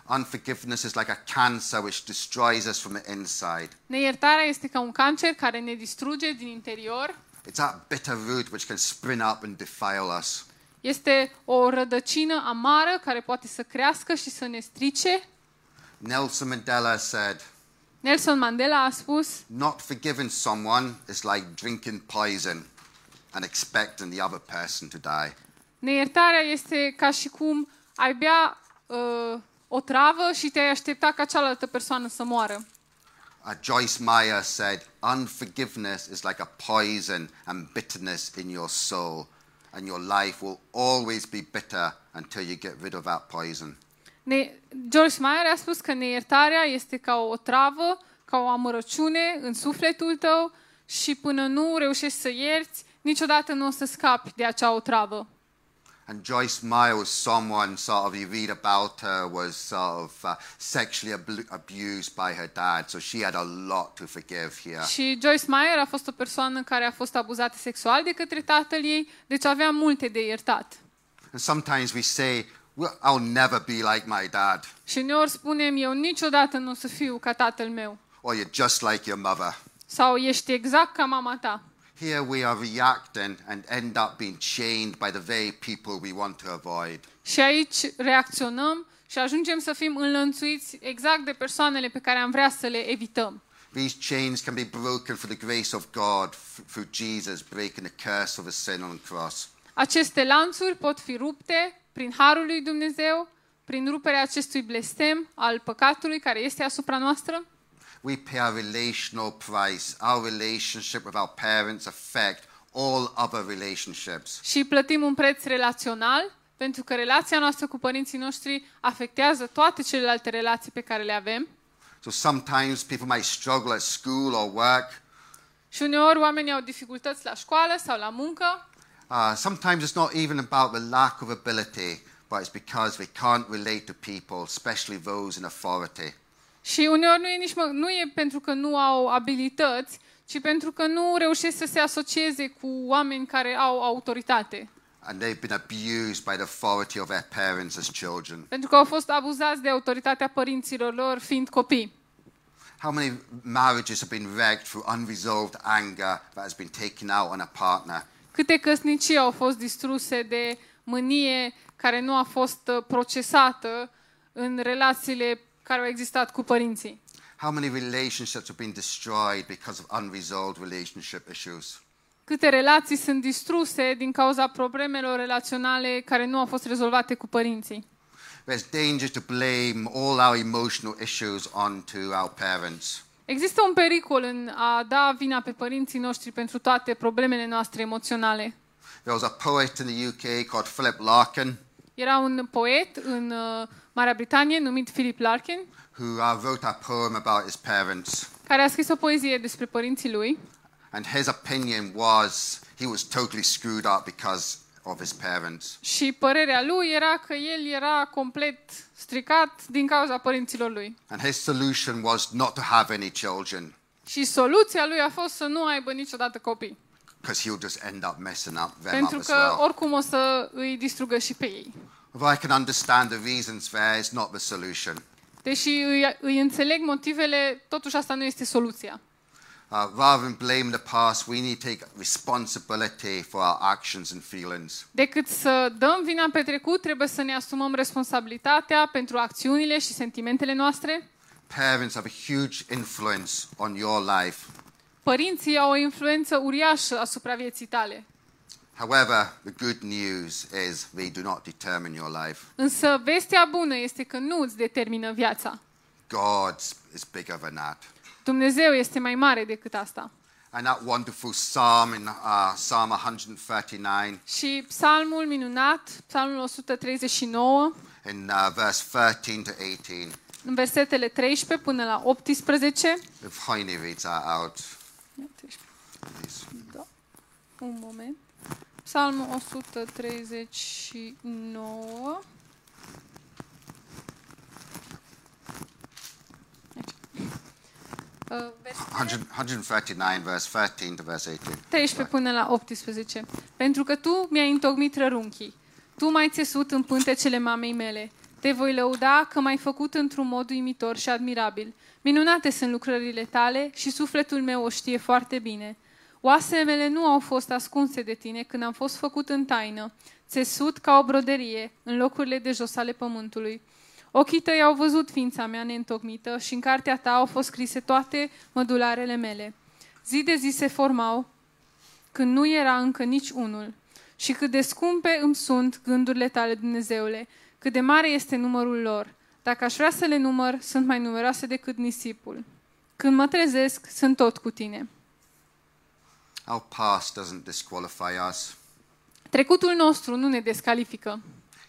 Speaker 1: Unforgiveness is like a cancer which destroys us from the inside.
Speaker 2: Neiertarea este ca un cancer care ne distruge din interior.
Speaker 1: It's that bitter root which can spring up and defile us.
Speaker 2: Este o rădăcină amară care poate să crească și să ne strice.
Speaker 1: Nelson Mandela said,
Speaker 2: Nelson Mandela a spus,
Speaker 1: Not forgiving someone is like drinking poison and expecting the other person to die.
Speaker 2: neiertarea este ca și cum ai bea uh, o travă și te-ai aștepta ca cealaltă persoană să moară.
Speaker 1: Uh, Joyce Meyer said, Unforgiveness is like a poison and bitterness in your soul, and your life will always be bitter until you get rid of that poison.
Speaker 2: Ne- George Meyer a spus că neiertarea este ca o travă, ca o amărăciune în sufletul tău și până nu reușești să ierți, niciodată nu o să scapi de acea otravă.
Speaker 1: And Joyce Meyer was someone sort of you read about her was sort of uh, sexually abu- abused by her dad, so she had a lot to forgive here.
Speaker 2: Și Joyce Meyer a fost o persoană care a fost abuzată sexual de către tatăl ei, deci avea multe de iertat.
Speaker 1: And sometimes we say, well, I'll never be like my dad,
Speaker 2: Și uneori spunem, eu niciodată nu o să fiu ca tatăl meu.
Speaker 1: or you're just like your mother.
Speaker 2: Sau ești exact ca mama ta.
Speaker 1: Here we are reacting and end up being chained by the very people we want to avoid.
Speaker 2: Și aici reacționăm și ajungem să fim înlănțuiți exact de persoanele pe care am vrea să le evităm.
Speaker 1: These chains can be broken through the grace of God f- through Jesus breaking the curse of his sin on the cross.
Speaker 2: Aceste lanțuri pot fi rupte prin harul lui Dumnezeu, prin ruperea acestui blestem al păcatului care este asupra noastră.
Speaker 1: We pay a relational price. Our relationship with our parents affect all other relationships.
Speaker 2: și plătim un preț relațional, pentru că relația noastră cu părinții noștri afectează toate celelalte relații pe care le avem.
Speaker 1: So sometimes people might struggle at school or work.
Speaker 2: Și uneori oamenii au dificultăți la școală sau la muncă.
Speaker 1: Uh, sometimes it's not even about the lack of ability, but it's because they can't relate to people, especially those in authority.
Speaker 2: Și uneori nu e, nici mă, nu e pentru că nu au abilități, ci pentru că nu reușesc să se asocieze cu oameni care au autoritate.
Speaker 1: And they've been abused by the authority of their parents as children.
Speaker 2: Pentru că au fost abuzați de autoritatea părinților lor fiind copii.
Speaker 1: How many marriages have been wrecked through unresolved anger that has been taken out on a partner?
Speaker 2: Câte căsnicii au fost distruse de mânie care nu a fost uh, procesată în relațiile care au existat cu părinții?
Speaker 1: How many relationships have been destroyed because of unresolved relationship issues?
Speaker 2: Câte relații sunt distruse din cauza problemelor relaționale care nu au fost rezolvate cu părinții?
Speaker 1: There's danger to blame all our emotional issues onto our parents.
Speaker 2: Există un pericol în a da vina pe părinții noștri pentru toate problemele noastre emoționale.
Speaker 1: There was a poet in the UK called Philip Larkin
Speaker 2: Era un poet în uh, Marea Britanie numit Philip Larkin,
Speaker 1: who uh, wrote a poem about his parents,
Speaker 2: care a scris o poezie despre părinții lui.
Speaker 1: and his opinion was he was totally screwed up because of his parents.
Speaker 2: Și părerea lui era că el era complet stricat din cauza părinților lui.
Speaker 1: And his solution was not to have any children
Speaker 2: Și soluția lui a fost să nu aibă niciodată copii.
Speaker 1: because he'll just end up messing up them
Speaker 2: Pentru
Speaker 1: up as
Speaker 2: că
Speaker 1: well.
Speaker 2: oricum o să îi distrugă și pe ei.
Speaker 1: Although I can understand the reasons there, it's not the solution.
Speaker 2: Deși îi, îi înțeleg motivele, totuși asta nu este soluția.
Speaker 1: Uh, rather than blame the past, we need to take responsibility for our actions and feelings.
Speaker 2: Decât să dăm vina pe trecut, trebuie să ne asumăm responsabilitatea pentru acțiunile și sentimentele noastre.
Speaker 1: Parents have a huge influence on your life.
Speaker 2: Părinții au o influență uriașă asupra vieții tale.
Speaker 1: However, the good news is they do not determine your life.
Speaker 2: Însă vestea bună este că nu îți determină viața.
Speaker 1: God is bigger than that.
Speaker 2: Dumnezeu este mai mare decât asta.
Speaker 1: And that wonderful psalm in uh, Psalm 139
Speaker 2: Și psalmul minunat, psalmul 139,
Speaker 1: in uh, verse 13 to 18,
Speaker 2: în versetele 13 până la 18.
Speaker 1: if Heine reads that out,
Speaker 2: Ia, 13,
Speaker 1: please.
Speaker 2: Da. Un moment. Psalmul 139. Aici. Uh, versetele
Speaker 1: 100 139, verse 13 to verse 18.
Speaker 2: 13 până la 18. Pentru că tu mi-ai întocmit rărunchii. Tu m-ai țesut în pântecele mamei mele. Te voi lăuda că m-ai făcut într-un mod uimitor și admirabil. Minunate sunt lucrările tale și sufletul meu o știe foarte bine. Oasele mele nu au fost ascunse de tine când am fost făcut în taină, țesut ca o broderie în locurile de jos ale pământului. Ochii tăi au văzut ființa mea neîntocmită și în cartea ta au fost scrise toate mădularele mele. Zi de zi se formau, când nu era încă nici unul. Și cât de scumpe îmi sunt gândurile tale, Dumnezeule, cât de mare este numărul lor. Dacă aș vrea să le număr, sunt mai numeroase decât nisipul. Când mă trezesc, sunt tot cu tine.
Speaker 1: Our past doesn't disqualify us.
Speaker 2: Trecutul nostru nu ne descalifică.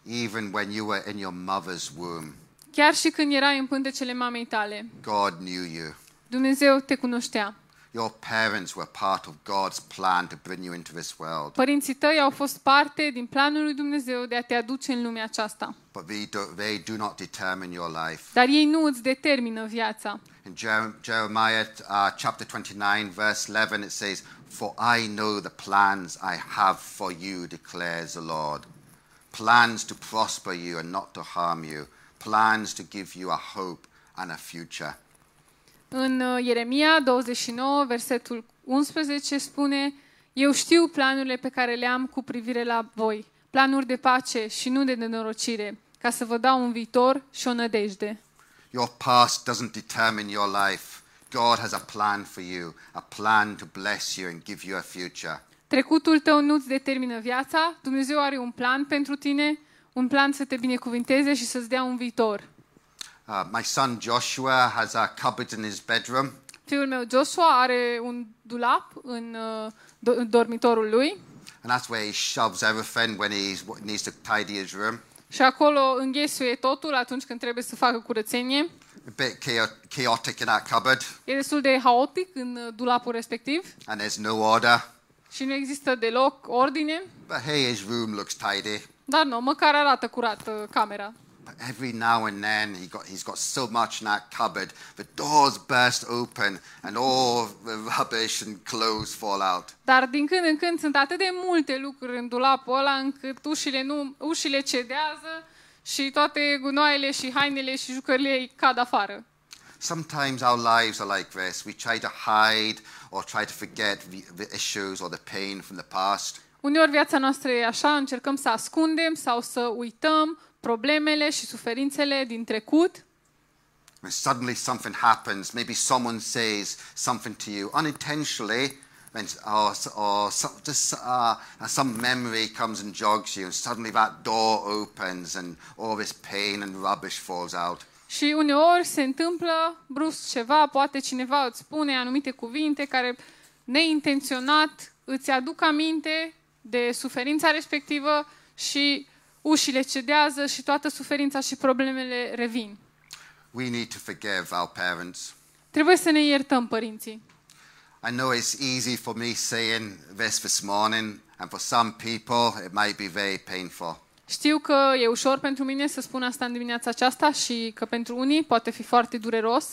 Speaker 1: Even when you were in your mother's womb,
Speaker 2: Chiar și când erai în pântecele mamei tale,
Speaker 1: God knew you.
Speaker 2: Dumnezeu te cunoștea.
Speaker 1: Your parents were part of God's plan to bring you into this world,
Speaker 2: Părinții tăi au fost parte din planul lui Dumnezeu de a te aduce în lumea aceasta.
Speaker 1: but they do, they do not determine your life.
Speaker 2: Dar ei nu îți determină viața.
Speaker 1: In Jer- Jeremiah uh, chapter 29, verse 11, it says, For I know the plans I have for you, declares the Lord. Plans to prosper you and not to harm you, plans to give you a hope and a future.
Speaker 2: În uh, Ieremia 29, versetul 11 spune Eu știu planurile pe care le am cu privire la voi, planuri de pace și nu de nenorocire, ca să vă dau un viitor și o nădejde.
Speaker 1: Your past doesn't determine your life. God has a plan for you, a plan to bless you and give you a future.
Speaker 2: Trecutul tău nu-ți determină viața, Dumnezeu are un plan pentru tine, un plan să te binecuvinteze și să-ți dea un viitor.
Speaker 1: Uh, my son Joshua has a cupboard in his bedroom,
Speaker 2: Fiul meu Joshua are un dulap în, uh, do- în dormitorul lui
Speaker 1: and that's where he shoves everything when he needs to tidy his room.
Speaker 2: și acolo înghesuie totul atunci când trebuie să facă curățenie.
Speaker 1: A bit chao- chaotic in that cupboard,
Speaker 2: E destul de haotic în uh, dulapul respectiv
Speaker 1: and there's no order.
Speaker 2: și nu există deloc ordine,
Speaker 1: But hey, his room looks tidy.
Speaker 2: dar nu, măcar arată curat uh, camera.
Speaker 1: But every now and then, he got, he's got so much in that cupboard, the doors burst open, and all the rubbish and clothes fall out.
Speaker 2: Dar din când în când sunt atât de multe lucruri în dulapul ăla încât ușile, nu, ușile cedează și toate gunoaiele și hainele și jucările îi cad afară.
Speaker 1: Sometimes our lives are like this. We try to hide or try to forget the, the issues or the pain from the past.
Speaker 2: Uneori viața noastră e așa, încercăm să ascundem sau să uităm problemele și suferințele din trecut
Speaker 1: When suddenly something happens, maybe someone says something to you unintentionally, and, or, or some, just uh, some memory comes and jogs you, and suddenly that door opens and all this pain and rubbish falls out.
Speaker 2: Și uneori se întâmplă brusc ceva, poate cineva îți spune anumite cuvinte care neintenționat îți aduc aminte de suferința respectivă și ușile cedează și toată suferința și problemele revin.
Speaker 1: We need to forgive our parents.
Speaker 2: Trebuie să ne iertăm părinții.
Speaker 1: I know it's easy for me saying this this morning, and for some people it might be very painful.
Speaker 2: Știu că e ușor pentru mine să spun asta în dimineața aceasta și că pentru unii poate fi foarte dureros,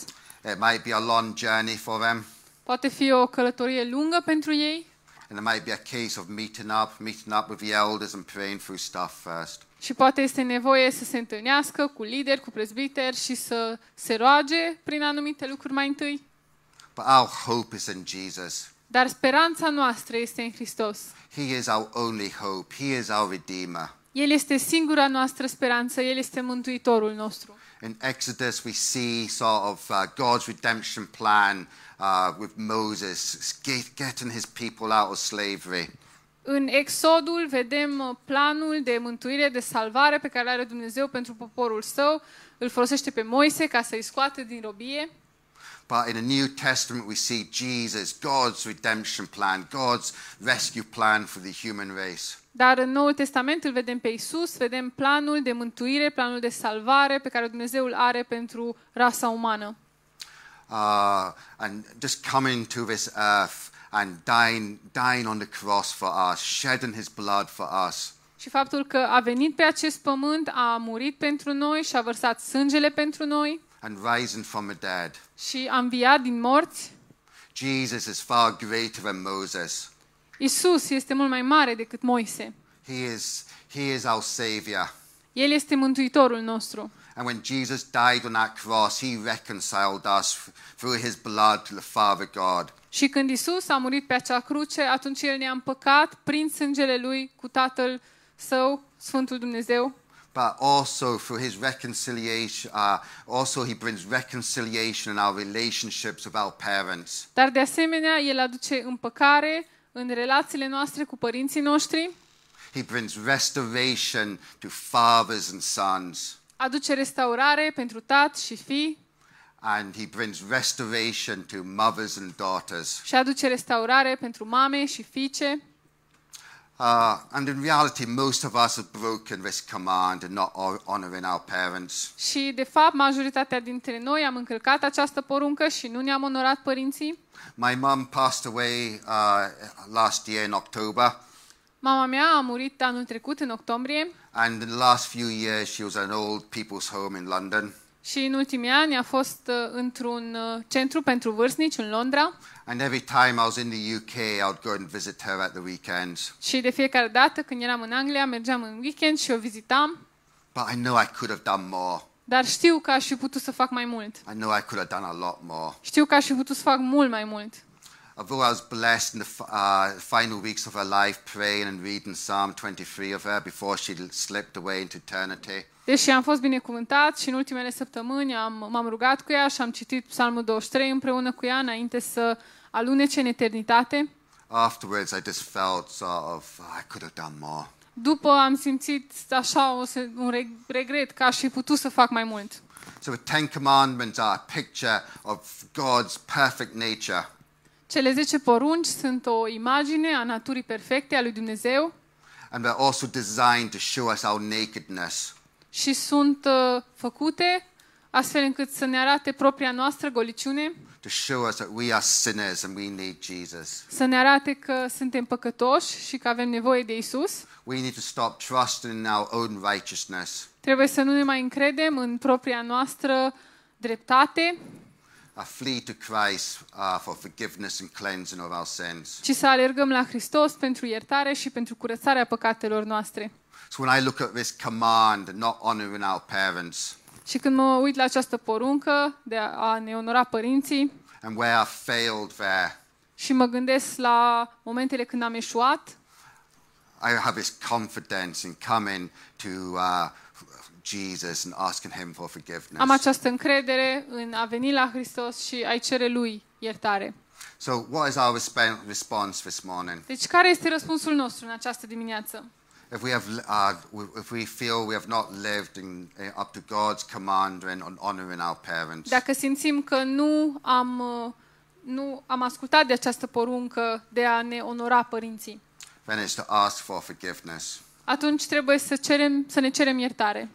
Speaker 1: It might be a long journey for them,
Speaker 2: poate fi o călătorie lungă pentru ei
Speaker 1: and it might be a case of meeting up, meeting up with the elders and praying through stuff first.
Speaker 2: Și poate este nevoie să se întâlnească cu lideri, cu prezbiteri și să se roage prin anumite lucruri mai întâi.
Speaker 1: But our hope is in Jesus.
Speaker 2: Dar speranța noastră este în Hristos.
Speaker 1: He is our only hope. He is our Redeemer.
Speaker 2: El este singura noastră speranță, El este Mântuitorul nostru.
Speaker 1: In Exodus, we see sort of uh, God's redemption plan uh, with Moses get, getting his people out of slavery.
Speaker 2: În Exodul vedem uh, planul de mântuire, de salvare pe care îl are Dumnezeu pentru poporul său. Îl folosește pe Moise ca să-i scoate din robie.
Speaker 1: But in the New Testament, we see Jesus, God's redemption plan, God's rescue plan for the human race.
Speaker 2: Dar în Noul Testament îl vedem pe Isus, vedem planul de mântuire, planul de salvare pe care Dumnezeu îl are pentru rasa umană.
Speaker 1: Uh, and just coming to this earth and dying, dying on the cross for us, shedding his blood for us.
Speaker 2: Și faptul că a venit pe acest pământ, a murit pentru noi și a vărsat sângele pentru noi
Speaker 1: and rising from the dead.
Speaker 2: și a înviat din morți.
Speaker 1: Jesus is far greater than Moses.
Speaker 2: Isus este mult mai mare decât Moise.
Speaker 1: He is, he is our Savior.
Speaker 2: El este mântuitorul nostru.
Speaker 1: And when Jesus died on that cross, he reconciled us through his blood to the Father God.
Speaker 2: Și când Isus a murit pe acea cruce, atunci El ne-a împăcat prin sângele Lui cu Tatăl Său, Sfântul Dumnezeu.
Speaker 1: But also through his reconciliation, uh, also he brings reconciliation in our relationships with our parents.
Speaker 2: Dar de asemenea, El aduce împăcare în relațiile noastre cu părinții noștri,
Speaker 1: He brings restoration to fathers and sons.
Speaker 2: aduce restaurare pentru tat și fi
Speaker 1: And he brings restoration to mothers and daughters.
Speaker 2: și aduce restaurare pentru mame și fiice.
Speaker 1: Uh, and in reality, most of us have broken this command and not hon- honouring our parents.
Speaker 2: Și, de fapt, majoritatea dintre noi am încălcat această poruncă și nu ne-am onorat părinții.
Speaker 1: My mum passed away uh, last year in October,
Speaker 2: Mama mea a murit anul trecut, în octombrie,
Speaker 1: and in the last few years, she was in an old people's home in London.
Speaker 2: și în ultimii ani a fost uh, într-un uh, centru pentru vârstnici în Londra
Speaker 1: And every time I was in the UK, I'd go and visit her at the weekends.
Speaker 2: și de fiecare dată când eram în Anglia mergeam în weekend și o vizitam,
Speaker 1: But I know I could have done more.
Speaker 2: dar știu că aș fi putut să fac mai mult.
Speaker 1: I know I could have done a lot more.
Speaker 2: Știu că aș fi putut să fac mult mai mult.
Speaker 1: Although I was blessed in the f- uh, final weeks of her life praying and reading Psalm 23 of her before she slipped away into eternity.
Speaker 2: Deși am fost binecuvântat și în ultimele săptămâni am, m-am rugat cu ea și am citit Psalmul 23 împreună cu ea înainte să alunece în eternitate.
Speaker 1: afterwards, I just felt sort of "Oh, I could have done more.
Speaker 2: După am simțit așa o, se- un reg- regret că aș fi putut să fac mai mult.
Speaker 1: So the Ten Commandments are a picture of God's perfect nature,
Speaker 2: Cele 10 porunci sunt o imagine a naturii perfecte a lui Dumnezeu
Speaker 1: and they're also designed to show us our nakedness.
Speaker 2: și sunt uh, făcute astfel încât să ne arate propria noastră goliciune,
Speaker 1: To show us that we are sinners and we need Jesus.
Speaker 2: să ne arate că suntem păcătoși și că avem nevoie de Isus.
Speaker 1: We need to stop trusting in our own righteousness.
Speaker 2: Trebuie să nu ne mai încredem în propria noastră dreptate,
Speaker 1: Uh, flee to Christ uh, for forgiveness and cleansing of our sins.
Speaker 2: ci să alergăm la Hristos pentru iertare și pentru curățarea păcatelor noastre.
Speaker 1: So when I look at this command, not honoring our parents,
Speaker 2: Și când mă uit la această poruncă de a a ne onora părinții
Speaker 1: and where I failed there,
Speaker 2: și mă gândesc la momentele când am eșuat,
Speaker 1: I have this confidence in coming to uh, Jesus and asking Him for forgiveness.
Speaker 2: am această încredere în a veni la Hristos și a-i cere Lui iertare.
Speaker 1: So, what is our resp- response this morning?
Speaker 2: Deci care este răspunsul nostru în această dimineață?
Speaker 1: If we have, uh, if we feel we have not lived in, uh, up to God's command and on honoring our parents,
Speaker 2: Dacă simțim că nu am, uh, nu am ascultat de această poruncă de a ne onora părinții,
Speaker 1: then it's to ask for forgiveness.
Speaker 2: atunci trebuie să, cerem, să ne cerem iertare.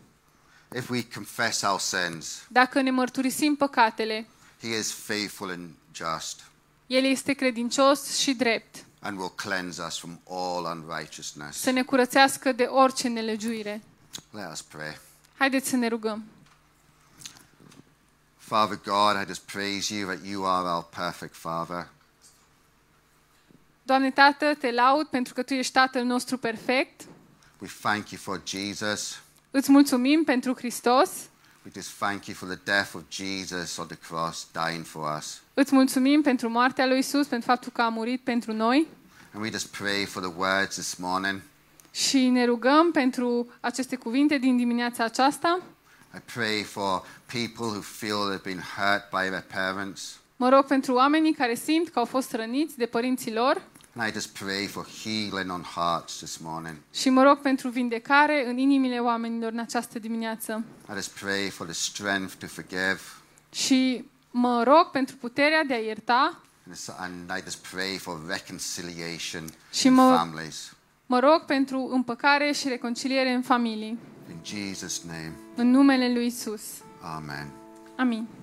Speaker 1: If we confess our sins,
Speaker 2: Dacă ne mărturisim păcatele,
Speaker 1: He is faithful and just,
Speaker 2: El este credincios și drept.
Speaker 1: and will cleanse us from all unrighteousness.
Speaker 2: să ne curățească de orice nelegiuire.
Speaker 1: Let us pray.
Speaker 2: Haideți să ne rugăm.
Speaker 1: Father God, I just praise you that you are our perfect Father.
Speaker 2: Doamne Tată, te laud pentru că Tu ești Tatăl nostru perfect.
Speaker 1: We thank you for Jesus.
Speaker 2: Îți mulțumim pentru Hristos.
Speaker 1: We just thank you for the death of Jesus on the cross, dying for us.
Speaker 2: Îți mulțumim pentru moartea lui Isus, pentru faptul că a murit pentru noi.
Speaker 1: And we just pray for the words this morning.
Speaker 2: Și ne rugăm pentru aceste cuvinte din dimineața aceasta.
Speaker 1: I pray for people who feel they've been hurt by their parents.
Speaker 2: Mă rog pentru oamenii care simt că au fost răniți de părinții lor.
Speaker 1: And I just pray for healing on hearts this morning.
Speaker 2: Și mă rog pentru vindecare în inimile oamenilor în această dimineață.
Speaker 1: I just pray for the strength to forgive.
Speaker 2: Și mă rog pentru puterea de a ierta.
Speaker 1: And it's- And I just pray for reconciliation
Speaker 2: Și
Speaker 1: in
Speaker 2: mă-
Speaker 1: families.
Speaker 2: Mă rog pentru împăcare și reconciliere în familii.
Speaker 1: In Jesus' name,
Speaker 2: În numele lui Isus.
Speaker 1: Amen.
Speaker 2: Amin.